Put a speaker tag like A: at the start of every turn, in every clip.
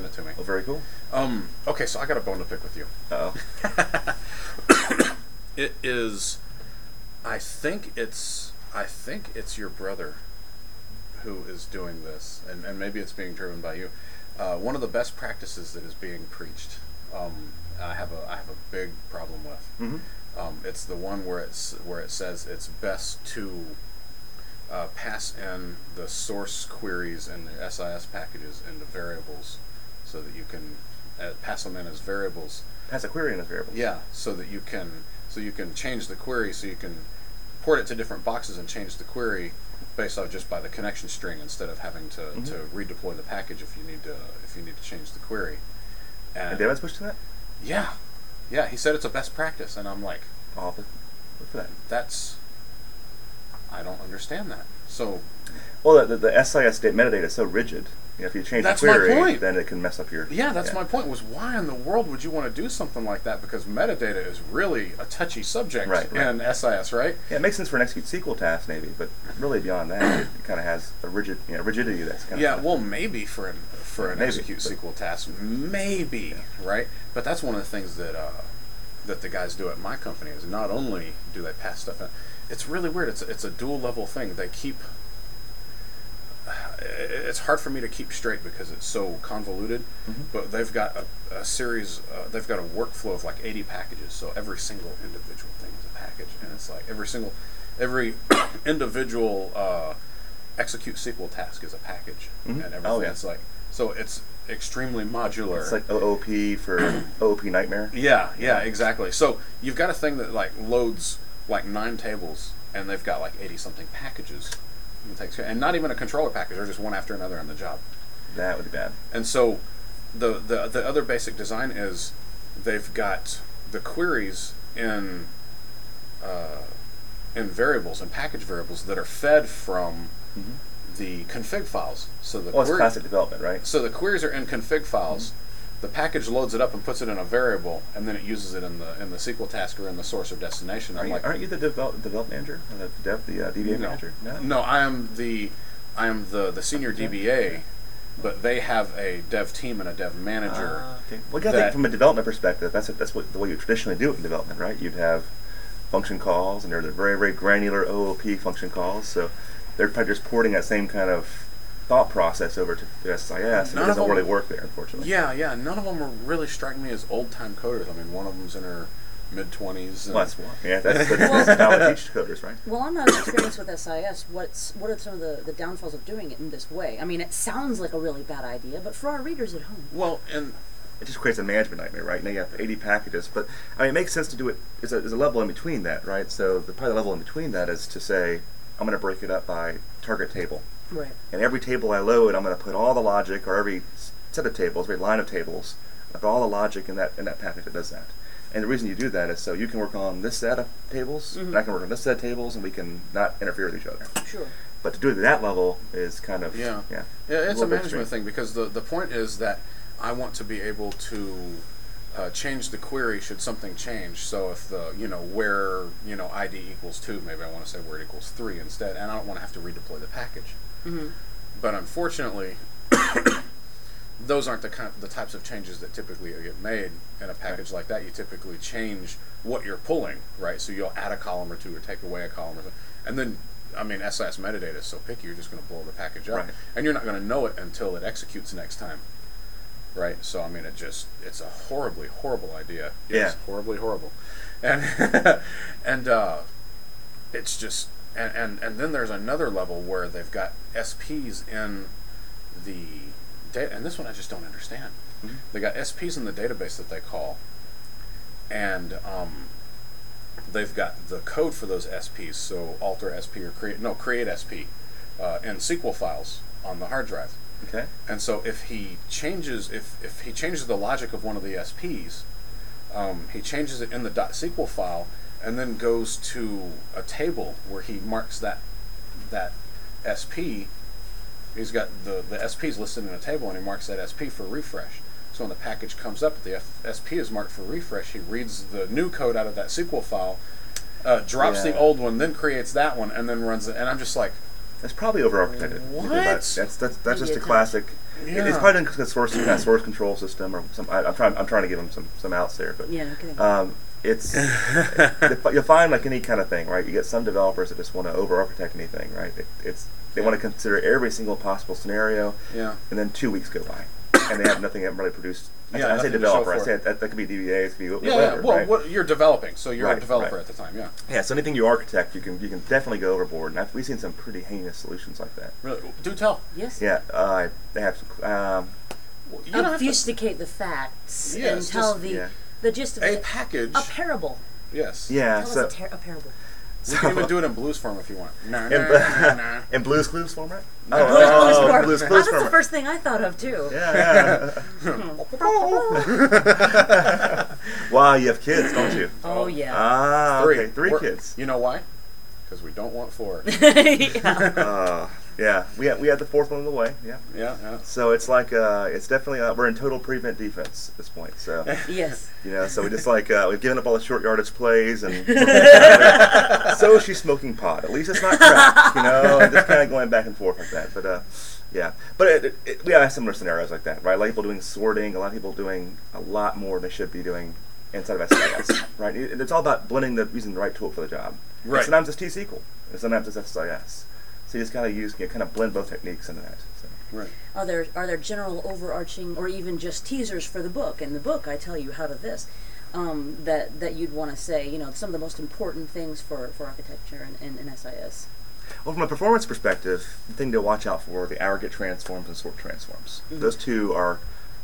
A: Oh, very cool.
B: Um, okay, so I got a bone to pick with you.
A: Oh,
B: It is, I think it's, I think it's your brother, who is doing this, and and maybe it's being driven by you. Uh, one of the best practices that is being preached, um, I have a I have a big problem with.
A: Mhm.
B: Um, it's the one where it's where it says it's best to uh, pass in the source queries and the SIS packages into variables, so that you can uh, pass them in as variables.
A: pass a query in as variable.
B: Yeah, so that you can so you can change the query, so you can port it to different boxes and change the query based off just by the connection string instead of having to,
A: Mm-hmm.
B: to redeploy the package if you need to if you need to change the query.
A: And
B: And
A: David's pushed to that.
B: yeah, yeah, he said it's a best practice, and I'm like,
A: I'll have to look for that.
B: that's I don't understand that. So
A: Well, the, the, the SIS data metadata is so rigid. You know, if you change
B: That's
A: the
B: my
A: query,
B: point.
A: then it can mess up your.
B: yeah, that's my point. Was why in the world would you want to do something like that? Because metadata is really a touchy subject
A: Right, right.
B: in SIS, right?
A: Yeah, it makes sense for an execute SQL task maybe, but really beyond that, it kind of has a rigid, you know, rigidity that's kind
B: Yeah,
A: of.
B: well, maybe for an for an
A: Maybe,
B: execute
A: but-
B: SQL task, maybe right. But that's one of the things that uh, that the guys do at my company is not only do they pass stuff in, it's really weird. It's it's a dual level thing. They keep. It's hard for me to keep straight because it's so convoluted,
A: Mm-hmm.
B: but they've got a, a series. Uh, they've got a workflow of like eighty packages, so every single individual thing is a package, and it's like every single, every individual uh, execute SQL task is a package, and
A: Mhm. Oh,
B: everything.
A: yeah.
B: It's like so it's extremely modular.
A: It's like OOP for OOP nightmare.
B: Yeah, yeah, exactly. So you've got a thing that like loads like nine tables, and they've got like eighty something packages. And, it takes, and not even a controller package; they're just one after another on the job.
A: That would be bad.
B: And so, the the the other basic design is they've got the queries in uh, in variables and package variables that are fed from the config files. So the
A: Well, Mm-hmm. Oh, it's
B: query-
A: classic Mm-hmm. development, right?
B: so the queries are in config files. The package loads it up and puts it in a variable, and then it uses it in the in the SQL task or in the source or destination.
A: Are
B: I'm
A: you,
B: like,
A: aren't you the develop, develop manager, or the dev, the uh, DBA
B: no.
A: manager?
B: no, I am the I am the the senior DBA, but they have a dev team and a dev manager.
A: Ah, okay. Well, you gotta
B: That-
A: think from a development perspective. That's that's what the way you traditionally do it in development, right? You'd have function calls, and they're the very very granular OOP function calls. So they're probably just porting that same kind of thought process over to the SIS, and it
B: None of
A: doesn't
B: them-
A: really work there, unfortunately.
B: yeah, yeah. None of them are really striking me as old time coders. I mean, one of them's in her mid twenties.
A: Well, that's yeah, that's, that's, that's how we teach coders, right?
C: Well, on that experience with SIS, what's what are some of the, the downfalls of doing it in this way? I mean, it sounds like a really bad idea, but for our readers at home,
B: Well, and
A: It just creates a management nightmare, right? Now you have 80 packages, but I mean, it makes sense to do it. There's a, there's a level in between that, right? So the probably the level in between that is to say, I'm going to break it up by target table.
C: right?
A: And every table I load, I'm going to put all the logic, or every s- set of tables, every line of tables, I put all the logic in that in that package that does that. And the reason you do that is so you can work on this set of tables,
B: Mm-hmm.
A: and I can work on this set of tables, and we can not interfere with each other.
C: Sure.
A: But to do it at that level is kind of
B: Yeah.
A: yeah.
B: Yeah, it's
A: little
B: a
A: bit
B: management
A: strange.
B: thing because the, the point is that I want to be able to uh, change the query should something change. So if the you know where you know ID equals two, maybe I want to say where it equals three instead, and I don't want to have to redeploy the package. But unfortunately, those aren't the kind the types of changes that typically get made in a package like that. You typically change what you're pulling, right? So you'll add a column or two or take away a column or something, and then I mean SIS metadata is so picky. You're just going to blow the package up,
A: Right.
B: and you're not going to know it until it executes next time, right? So I mean, it just it's a horribly horrible idea. It's
A: Yeah.
B: horribly horrible, and and uh, it's just and, and and then there's another level where they've got SPs in the data, and this one I just don't understand. They got SPs in the database that they call, and um, they've got the code for those SPs. So alter SP or create no create SP uh, in SQL files on the hard drive.
A: Okay.
B: And so if he changes if, if he changes the logic of one of the SPs, um, he changes it in the .sql file and then goes to a table where he marks that that SP. He's got the the SPs listed in a table and he marks that SP for refresh. So when the package comes up, the F- SP is marked for refresh. He reads the new code out of that SQL file, uh, drops
A: Yeah.
B: the old one, then creates that one, and then runs it. And I'm just like,
A: It's probably over architected.
B: What?
A: That's that's that's, that's just a
C: Maybe it
A: classic. it-
B: Yeah.
A: It's probably done source kind of source control system or some. I, I'm trying I'm trying to give them some some outs there, but
C: Yeah, okay.
A: um, it's you'll you'll find like any kind of thing, right? You get some developers that just want to over architect anything, right? It, it's they want to consider every single possible scenario,
B: Yeah.
A: and then two weeks go by, and they have nothing really produced. I,
B: Yeah,
A: I say
B: nothing to show
A: developer. I
B: for
A: say
B: it.
A: that, that could be DBA. It could be wh-
B: Yeah,
A: whatever.
B: yeah. Well,
A: right?
B: what, you're developing, so you're
A: Right,
B: a developer
A: right.
B: at the time. Yeah.
A: Yeah, so anything you architect, you can you can definitely go overboard, and I've, we've seen some pretty heinous solutions like that.
B: Really. Do tell.
C: yes.
A: Yeah, uh, they have some. Um,
B: Well, You don't have to-
C: Obfuscate the facts
B: Yeah,
C: and
B: it's
C: tell
B: just-
C: the
A: yeah.
C: the gist of
B: a
C: it.
B: package.
C: A parable.
B: yes.
A: yeah,
C: tell
A: so
C: us a, ter- a parable.
B: You can even do it in blues form if you want. Nah, nah,
A: in,
B: nah, nah.
A: in Blue's Clues format.
B: No.
A: Oh,
B: Blue's
A: oh,
B: Clues
A: oh,
B: format.
A: Blue's
C: Oh,
A: Clues
C: that's the
A: format.
C: first thing I thought of too.
A: Yeah, yeah. wow, you have kids, don't you?
C: Oh yeah.
A: Ah,
B: Three.
A: okay, 3
B: We're-
A: kids.
B: You know why? Because we don't want four.
C: yeah.
A: Uh, yeah, we had, we had the fourth one on the way. Yeah,
B: yeah, yeah.
A: so it's like uh, it's definitely uh, we're in total prevent defense at this point. So
C: Yes.
A: you know, so we just like uh, we've given up all the short yardage plays and so she's smoking pot. At least it's not crack, you know. and Just kind of going back and forth like that. But uh, yeah, but it, it, it, we have similar scenarios like that, right? A lot of people doing sorting, a lot of people doing a lot more than they should be doing inside of SIS, right? It, it's all about blending the using the right tool for the job. And
B: Right.
A: sometimes it's T SQL, and sometimes it's SIS. So you just kind of use, you kind of blend both techniques into that. So.
B: Right.
C: Are there are there general overarching or even just teasers for the book? In the book, I tell you how to this. Um, that that you'd want to say, you know, some of the most important things for, for architecture and, and, and SIS.
A: Well, from a performance perspective, the thing to watch out for are the aggregate transforms and sort transforms.
C: Mm-hmm.
A: Those two are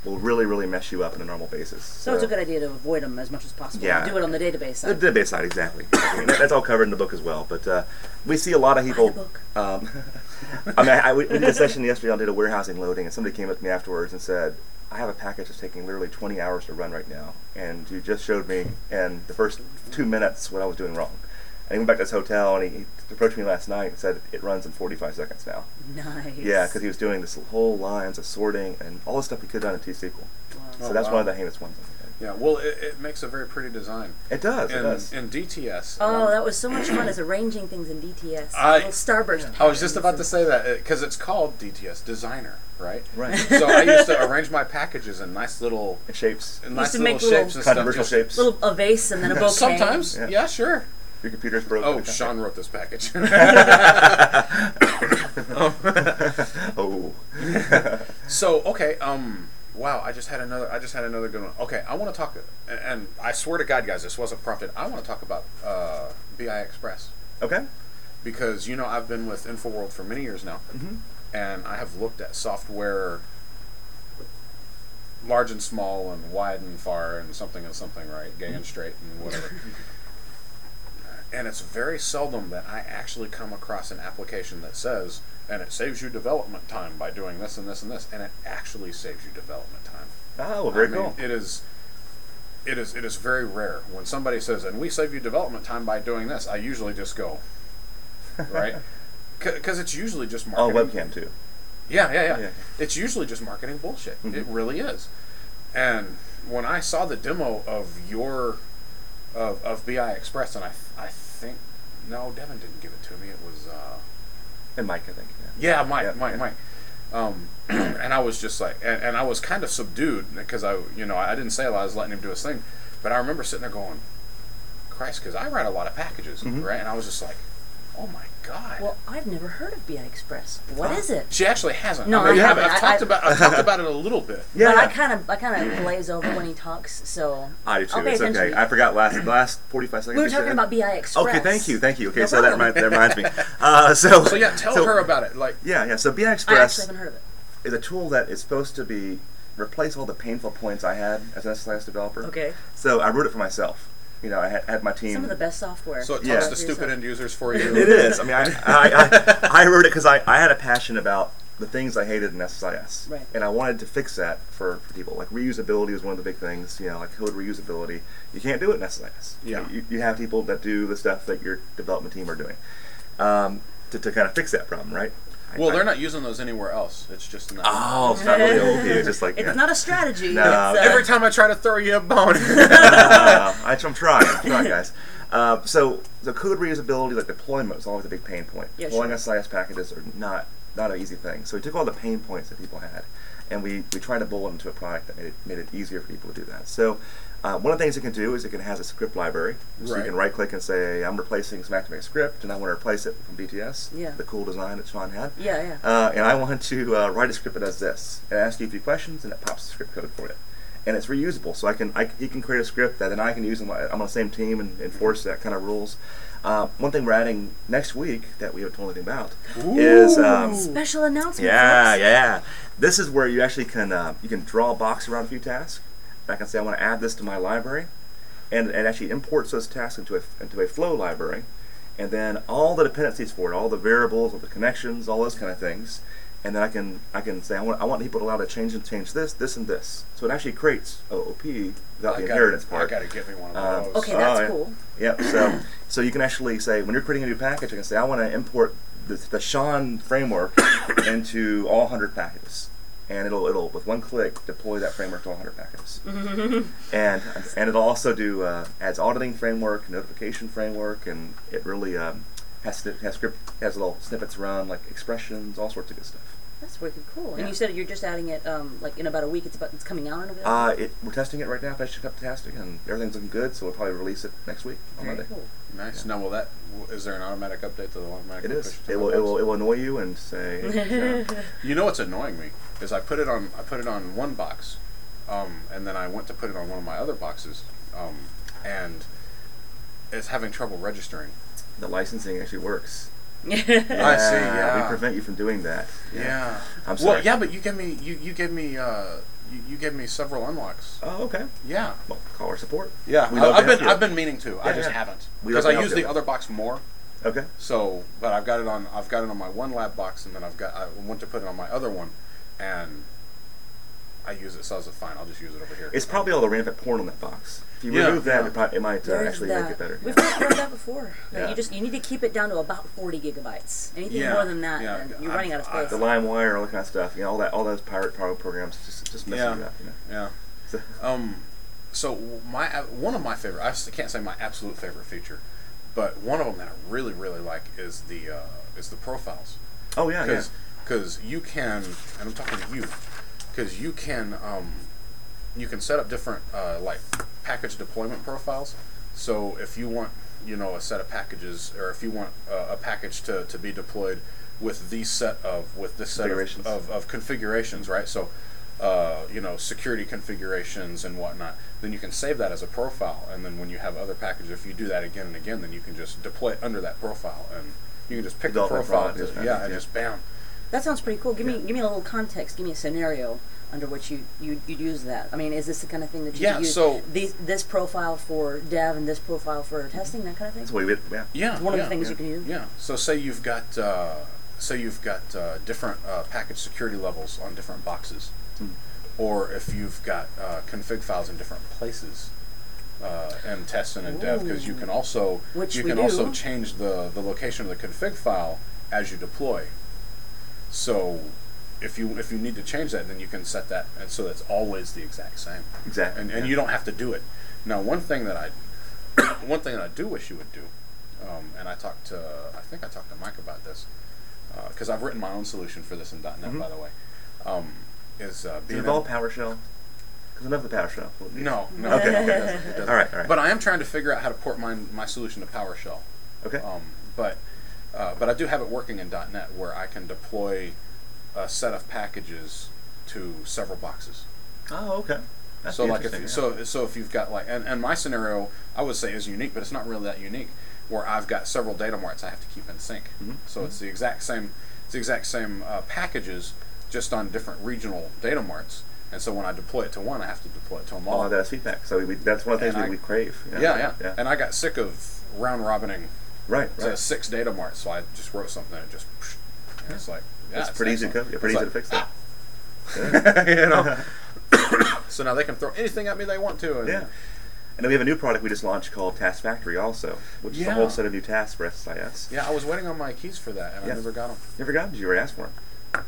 A: will really, really mess you up on a normal basis.
C: So it's a good idea to avoid them as much as possible.
A: Yeah.
C: Do it on the database side.
A: The database side, exactly. I mean, that- that's all covered in the book as well. But uh, we see a lot of people.
C: book.
A: Um, I mean, I, we, we did a session yesterday on data warehousing loading, and somebody came up to me afterwards and said, "I have a package that's taking literally 20 hours to run right now, and you just showed me in the first two minutes what I was doing wrong." And he went back to his hotel, and he, he approached me last night and said, "It runs in 45 seconds now."
C: nice.
A: Yeah, because he was doing this whole lines of sorting and all the stuff he could have done in T SQL.
C: Wow.
A: So
B: Oh,
A: that's
B: wow.
A: one of the heinous ones. I think.
B: Yeah. Well, it, it makes a very pretty design.
A: It does. it
B: In,
A: does.
B: in DTS.
C: Oh,
B: um,
C: that was so much fun as arranging things in DTS.
B: I-
C: Little starburst.
B: I was just about to say that because it's called DTS Designer, right?
A: right.
B: so I used to arrange my packages in nice little,
A: It shapes
B: in nice
C: to
B: little
C: make
B: shapes
C: little
B: and stuff.
A: controversial
B: just-
A: shapes.
C: little a vase and then a bouquet.
B: Sometimes,
A: Yeah.
B: yeah. sure.
A: Your computer's broken.
B: Oh, Sean wrote this package.
A: oh.
B: so okay, um, wow, I just had another, I just had another good one. Okay, I want to talk, and- and I swear to God, guys, this wasn't prompted. I want to talk about uh, BI Express.
A: Okay.
B: because you know I've been with InfoWorld for many years now, and I have looked at software large and small and wide and far and something and something, right? Gay and straight
A: Mm-hmm.
B: and whatever. and it's very seldom that I actually come across an application that says, and it saves you development time by doing this and this and this, and it actually saves you development time.
A: Oh, well, very
B: I mean,
A: cool.
B: It is. It is. It is very rare when somebody says, "And we save you development time by doing this." I usually just go, right, because it's usually just
A: Oh,
B: marketing.
A: webcam too.
B: Yeah, yeah, yeah.
A: Yeah.
B: It's usually just marketing bullshit. It really is. And when I saw the demo of your of, of BI Express, and I I think no, Devin didn't give it to me. It was. Uh,
A: And Mike, I think. Yeah.
B: yeah, Mike,
A: Yeah,
B: Mike,
A: yeah.
B: Mike. Um, and I was just like, and, and I was kind of subdued because I, you know, I didn't say a lot. I was letting him do his thing, but I remember sitting there going, "Christ," because I write a lot of packages, right? And I was just like, "Oh my god."
C: Well, I've never heard of BI Express. What is it?
B: she actually hasn't.
C: No,
B: I, mean,
C: I
B: I've-
C: haven't.
B: I've,
C: I-
B: talked
C: I-
B: about I've talked about it a little bit.
A: Yeah.
C: But I kind of I kind of glaze over when he talks, so
A: I do too.
C: I'll pay
A: it's
C: attention.
A: okay. I forgot last last 45 seconds.
C: we were
A: you
C: talking
A: said?
C: about BI Express.
A: Okay, thank you, thank you. Okay,
C: No
A: so that
C: problem.
A: reminds, that reminds me. Uh, so,
B: So yeah, tell her about it. Like,
A: Yeah, yeah. So BI
C: I actually
A: Express
C: haven't heard of it.
A: is a tool that is supposed to be replace all the painful points I had as an SLS developer.
C: Okay.
A: So I wrote it for myself. You know, I had, had my team.
C: Some of the best software.
B: so it talks
A: Yeah.
B: to stupid end users for you.
A: It is. I mean, I, I, I, I wrote it because I, I had a passion about the things I hated in SSIS.
C: Right.
A: And I wanted to fix that for, for people. Like reusability was one of the big things, you know, like code reusability. You can't do it in SSIS.
B: Yeah.
A: You, you have people that do the stuff that your development team are doing um, to, to kind of fix that problem, right? I-
B: Well,
A: I-
B: they're not using those anywhere else. It's just in that.
A: Oh, it's not really OP. It's just like.
C: it's
A: yeah.
C: not a strategy.
A: No,
C: it's uh, a-
B: Every time I try to throw you a bone.
A: Uh, I, I'm trying. I'm trying, guys. Uh, so the code reusability, like deployment, was always a big pain point.
C: Yeah,
A: Deploying
C: sure.
A: SIS packages are not not an easy thing. So we took all the pain points that people had, and we, we tried to boil it into a product that made it made it easier for people to do that. So uh, one of the things it can do is it can has a script library, so you
B: Right.
A: can right click and say I'm replacing some activate script, and I want to replace it from BTS,
C: Yeah.
A: the cool design that Sean had.
C: Yeah, yeah.
A: Uh, and I want to uh, write a script that does this. It asks you a few questions, and it pops the script code for you. And it's reusable, so I can I, you can create a script that then I can use. In my, I'm on the same team and enforce that kind of rules. Uh, one thing we're adding next week that we haven't told anything about is um,
C: Special announcement.
A: yeah,
C: folks.
A: yeah. This is where you actually can uh, you can draw a box around a few tasks. And I can say I want to add this to my library, and it actually imports those tasks into a into a flow library, and then all the dependencies for it, all the variables, all the connections, all those kind of things, and then I can I can say I want I want people to allow to change and change this, this, and this. So it actually creates OOP without
B: I
A: the
B: gotta-
A: inheritance
B: I
A: part.
B: gotta give me one
A: Um,
B: of those.
C: Okay, that's
A: Oh, yeah.
C: cool.
A: Yep. So so you can actually say when you're creating a new package, you can say I want to import the, the Sean framework into all 100 packages, and it'll it'll with one click deploy that framework to all 100 packages, and and it'll also do uh, adds auditing framework, notification framework, and it really um, has to, has script has little snippets around like expressions, all sorts of good stuff.
C: That's wicked cool. And
A: Yeah.
C: you said you're just adding it um, like in about a week. It's about, it's coming out in a bit.
A: Uh, it, we're testing it right now. Patch up testing, and everything's looking good. So we'll probably release it next week on
C: Very
A: Monday.
C: cool.
B: Nice. Now, will that w- is there an automatic update to the automatic?
A: It is.
B: push to
A: It
B: the
A: will, it
B: box?
A: will. It will annoy you and say. uh,
B: You know what's annoying me is I put it on I put it on one box, um, and then I went to put it on one of my other boxes, um, and it's having trouble registering.
A: the licensing actually works. uh,
B: I see, yeah.
A: We prevent you from doing that. I'm
B: Well,
A: sorry.
B: yeah, but you gave me you you gave me uh, you, you gave me several unlocks.
A: Oh, okay.
B: Yeah.
A: Well, call our support.
B: Yeah.
A: We'd love
B: I, have
A: to help
B: been
A: you.
B: I've been meaning to. I
A: Yeah,
B: just
A: yeah.
B: haven't
A: We'd
B: because
A: love
B: I
A: to help
B: use the
A: you.
B: other box more.
A: Okay.
B: So, but I've got it on. I've got it on my one lab box, and then I've got. I went to put it on my other one, and I use it. So I was like, fine. I'll just use it over here.
A: It's probably all the rampant porn on that box. If you
B: Yeah,
A: remove that,
B: yeah.
A: it, probably, it might uh,
C: There's
A: actually
C: that.
A: make it better.
C: We've talked about that before. Like,
A: Yeah.
C: You just you need to keep it down to about 40 gigabytes. Anything
B: Yeah,
C: more than that,
B: yeah.
C: then you're
B: I'm-
C: running out of
B: I-
C: space.
A: The LimeWire, all that kind of stuff. You know, all that, all those pirate pro- programs just just messing
B: Yeah.
A: you up. You know.
B: Yeah. Um, so my uh, one of my favorite. I s- can't say my absolute favorite feature, but one of them that I really really like is the uh, is the profiles
A: Oh yeah, yeah.
B: because because you can and I'm talking to you because you can um, you can set up different uh, like package deployment profiles. So if you want you know a set of packages or if you want uh, a package to, to be deployed with these set of with this set of,
A: Configurations.
B: of, of configurations right so uh, you know security configurations and whatnot then you can save that as a profile and then when you have other packages if you do that again and again then you can just deploy it under that profile and you can just pick the
A: Development
B: profile
A: product is
B: to- yeah
A: package,
B: and
A: yeah.
B: just bam
C: That sounds pretty cool. Give me give me a little context. Give me a scenario under which you you you'd use that. I mean, is this the kind of thing that you
B: Yeah,
C: use?
B: so-
C: these, this profile for dev and this profile for testing, that kind of
A: That's
C: thing.
A: what we did. Yeah.
B: Yeah,
C: One of the
B: yeah,
C: things
B: yeah.
C: you can use.
B: Yeah. So say you've got uh, say you've got uh, different uh, package security levels on different boxes, or if you've got uh, config files in different places. Uh, and test and in dev because you can also
C: Which
B: you
C: we
B: can also
C: do.
B: change the, the location of the config file as you deploy. So if you if you need to change that, then you can set that and so that's always the exact same
A: Exactly.
B: and, and
A: yeah.
B: you don't have to do it. Now, one thing that I, one thing that I do wish you would do, um, and I talked to, I think I talked to Mike about this, because I've written my own solution for this in .NET, by
A: Mhm.
B: the way, um, is uh,
A: Does it
B: being
A: involve
B: able-
A: PowerShell? Because enough of the PowerShell.
B: No, no.
A: Okay.
B: no, it
A: okay.
B: doesn't, it doesn't.
A: all right. All right.
B: But I am trying to figure out how to port my my solution to PowerShell.
A: okay.
B: Um, but uh, but I do have it working in .NET where I can deploy a set of packages to several boxes.
A: oh, okay. That's
B: so like if
A: interesting,
B: you-
A: yeah.
B: so so if you've got like and, and my scenario I would say is unique, but it's not really that unique. Where I've got several data marts I have to keep in sync.
A: Mhm.
B: So it's the exact same it's the exact same uh, packages, just on different regional data marts. And so when I deploy it to one, I have to deploy it to them all.
A: all of Oh, that is feedback. So we, that's one of the things
B: And
A: we,
B: I-
A: we crave. you know?
B: yeah, yeah,
A: yeah.
B: And I got sick of round robining
A: right.
B: to
A: Right.
B: six data marts, so I just wrote something and it just. And it's like yeah,
A: It's
B: it's
A: pretty easy to
B: excellent.
A: code. Yeah, pretty
B: It's
A: easy
B: like,
A: to fix that.
B: you know. so now they can throw anything at me they want to. And
A: Yeah. And then we have a new product we just launched called Task Factory also, which is a
B: Yeah.
A: whole set of new tasks for SIS.
B: Yeah, I was waiting on my keys for that, and I
A: Yeah.
B: never got them.
A: Never got 'em? Did you ever ask for them?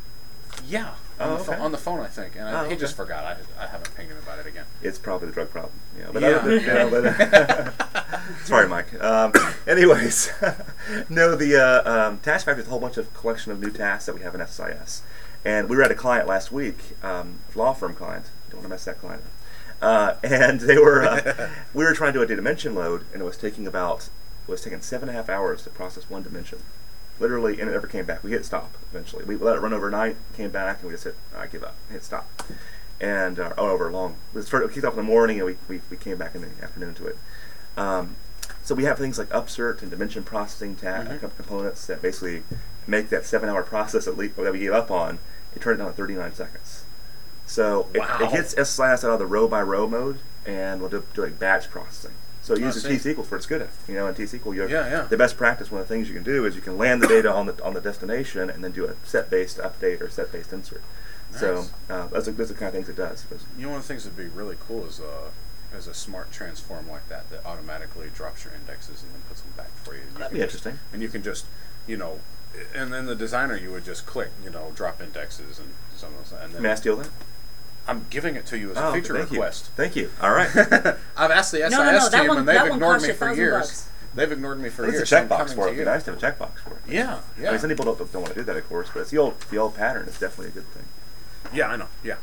B: Yeah, on,
A: Oh,
B: the pho-
A: okay.
B: on the phone, I think, and I,
A: Oh,
B: he just
A: okay.
B: forgot. I, I haven't pinged him about it again.
A: It's probably the drug problem. Yeah. But
B: Yeah.
A: other than, you know, but, Sorry, Mike. Um, anyways, no, the uh, um, Task Factory is a whole bunch of collection of new tasks that we have in SIS. And we were at a client last week, um, law firm client. Don't want to mess that client up. Uh, and they were, uh, we were trying to do a dimension load, and it was taking about, it was taking seven and a half hours to process one dimension. Literally, and it never came back. We hit stop eventually. We let it run overnight, came back, and we just hit, I give up, hit stop. And, uh, oh, over long. It started, it kicked off in the morning, and we, we, we came back in the afternoon to it. Um, so we have things like upsert and dimension processing ta-
B: Mhm.
A: com- components that basically make that seven-hour process at least that we gave up on. It turned it down to 39 seconds. So it,
B: Wow.
A: it gets SLAS out of the row by row mode, and we'll do, do like batch processing. So it
B: Oh, I
A: uses
B: see.
A: T SQL for its good at. You know, in T SQL, you
B: Yeah, yeah.
A: the best practice. One of the things you can do is you can land the data on the on the destination and then do a set based update or set based insert. So
B: Nice.
A: uh, that's, the- that's the kind of things it does.
B: You know, one of the things that'd be really cool is a is a smart transform like that that automatically drops your indexes and then puts them back for you. And you
A: That'd
B: can
A: be
B: just-
A: interesting.
B: And you can just, you know, and then the designer you would just click, you know, drop indexes and some of those. And then
A: May I steal that?
B: I'm giving it to you as a
A: Oh,
B: feature
A: thank
B: request.
A: You. Thank you. All right.
B: I've asked the SIS
C: no, no, that
B: team
C: one-
B: and they've
C: that one
B: ignored
C: costs
B: me
C: you
B: for
C: 1,000
B: years.
C: bucks.
B: They's ignored me for
A: There's a
B: years. so I'm
A: checkbox
B: coming
A: for it.
B: to
A: It'd be
B: you.
A: nice to have a checkbox for it.
B: Yeah,
A: I
B: yeah,
A: mean, some people don't, don't want to do that, of course, but it's the old the old pattern. It's definitely a good thing.
B: yeah. I know. Yeah.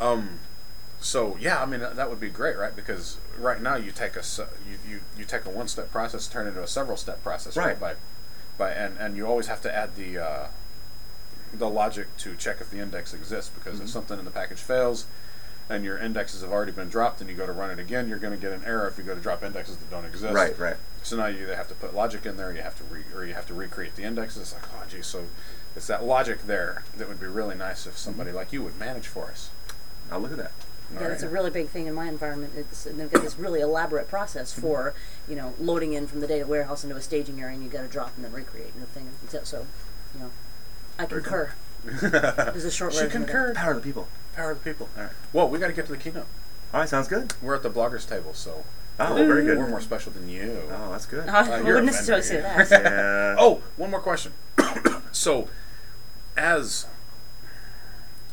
B: Um, so yeah, I mean that, that would be great, right? Because right now you take a s- you, you, you take a one step process, turn it into a several step process, right? By
A: Right.
B: by and and you always have to add the uh, the logic to check if the index exists because if something in the package fails. And your indexes have already been dropped, and you go to run it again. You're going to get an error if you go to drop indexes that don't exist.
A: Right, right.
B: So now you either have to put logic in there, you have to re- or you have to recreate the indexes. It's like, oh, geez, so it's that logic there that would be really nice if somebody like you would manage for us.
A: Now Oh, look at that.
C: Yeah,
B: All
C: that's a
B: right.
C: really big thing in my environment. It's, and they've got this really elaborate process
B: Mm-hmm.
C: for, you know, loading in from the data warehouse into a staging area, and you got to drop and then recreate and the thing. So, so you know, I
A: Very good.
C: concur. There's a short
B: She
C: version of that.
B: concurred.
A: Power of the people.
B: Power of the people. All right. Well, we got to get to the keynote.
A: All right, sounds good.
B: We're at the bloggers table, so
A: Oh, well, very good.
B: we're more special than you.
A: Oh, that's good.
C: I
B: you're
C: wouldn't necessarily say
B: offended,
C: that.
A: Yeah.
B: Uh-huh. Oh, one more question. so, as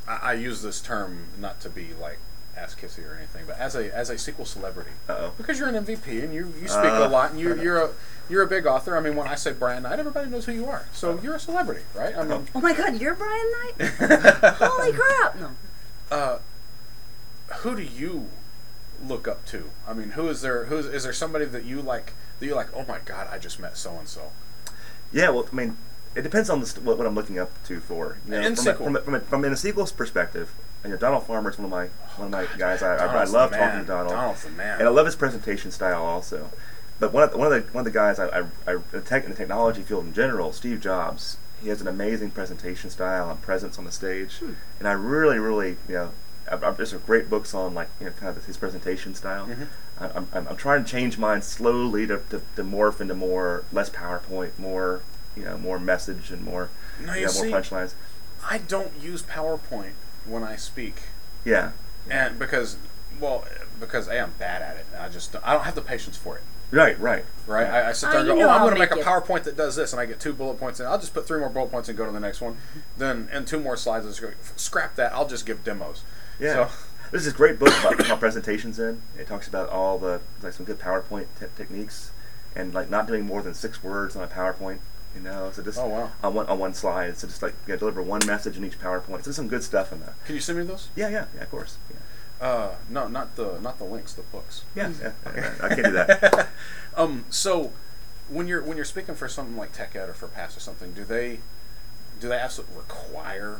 B: I, I use this term not to be like ass kissy or anything, but as a as a SQL celebrity,
A: Uh-oh.
B: because you're an MVP and you, you speak a
A: Uh.
B: lot and you you're a you're a big author. I mean, when I say Brian Knight, everybody knows who you are. So you're a celebrity, right? I mean,
C: Oh my God, you're Brian Knight? Holy crap! No.
B: uh, who do you look up to? I mean, who is there? Who is, is there somebody that you like? That you like? Oh my God, I just met so and so.
A: Yeah, well, I mean, it depends on the st- what, what I'm looking up to for. You know,
B: In
A: from, a,
B: SQL.
A: from, a, from, a, from in a sequel's perspective, you know, Donald Farmer is one of my one of my guys. I, I, I
B: Donald's
A: love
B: the
A: talking
B: man.
A: to Donald.
B: Donald's the man.
A: and I love his presentation style also. But one of the, one of the one of the guys I, I, I the tech in the technology field in general, Steve Jobs, he has an amazing presentation style and presence on the stage, and I really really you know. I've, I've, there's some great books on like you know kind of his presentation style.
B: Mhm.
A: I, I'm, I'm I'm trying to change mine slowly to, to, to morph into more less PowerPoint, more you know more message and more
B: No,
A: you
B: you
A: know,
B: see-
A: more punchlines.
B: I don't use PowerPoint when I speak,
A: Yeah,
B: and because well, because A, I'm bad at it. and I just I don't have the patience for it.
A: right, right,
B: Right? I, I sit there
C: Oh,
B: and
C: you
B: go,
C: know
B: oh, I'm
C: I'll
B: going to make,
C: make
B: a
C: it."
B: PowerPoint that does this, and I get two bullet points, and I'll just put three more bullet points and go to the next one. then, and two more slides, and just go, scrap that. I'll just give demos.
A: Yeah.
B: So,
A: There's this great book about how presentations in. It talks about all the like some good PowerPoint te- techniques and like not doing more than six words on a PowerPoint. You know, so just
B: Oh, wow.
A: on one on one slide. So just like you know, deliver one message in each PowerPoint. So there's some good stuff in there.
B: can you send me those?
A: Yeah, yeah, yeah. Of course. Yeah,
B: Uh, no, not the not the links, the books.
A: yeah.
C: Mm-hmm.
A: yeah, I, I can do that.
B: Um, so when you're when you're speaking for something like Tech Ed or for Pass or something, do they do they absolutely require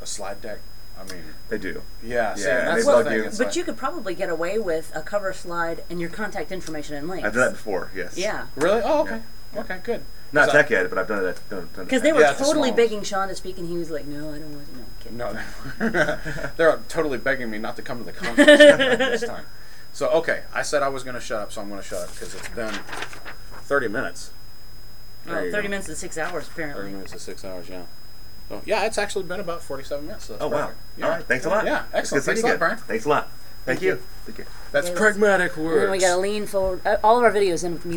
B: a slide deck? I mean,
A: They do.
B: yeah, see,
A: Yeah,
B: and that's
A: they
B: the
A: bug
B: thing.
A: you.
B: it's
C: But
B: like-
C: you could probably get away with a cover slide and your contact information and links.
A: I've done that before. Yes.
C: Yeah.
B: really? Oh, okay,
A: Yeah.
B: okay, good.
A: Not
B: 'Cause I-
A: tech ed, but I've done it. Done, done it
C: Because they were
B: Yeah, it's a
C: totally
B: small-
C: begging Sean to speak, and he was like, no, I don't want to. No, I'm kidding.
B: No, they're totally begging me not to come to the conference this time. So okay, I said I was going to shut up, so I'm going to shut up because it's been 30 minutes. There
C: Well,
B: you
C: 30
B: go.
C: Oh, minutes to six hours,
B: 30
C: apparently.
B: minutes to six hours, yeah. So yeah, it's actually been about 47 minutes. So that's
A: Oh wow.
B: perfect.
A: All right. Thanks a lot.
B: Yeah,
A: It's good
B: excellent. Thanks a
A: seeing you
B: lot, Brian.
A: again. Thanks a lot. Thank,
C: Thank
A: you.
C: you.
A: Thank you.
B: That's
C: Yeah, that's-
B: pragmatic
C: And
B: words.
C: then we got to lean forward. Uh, All of our videos end with me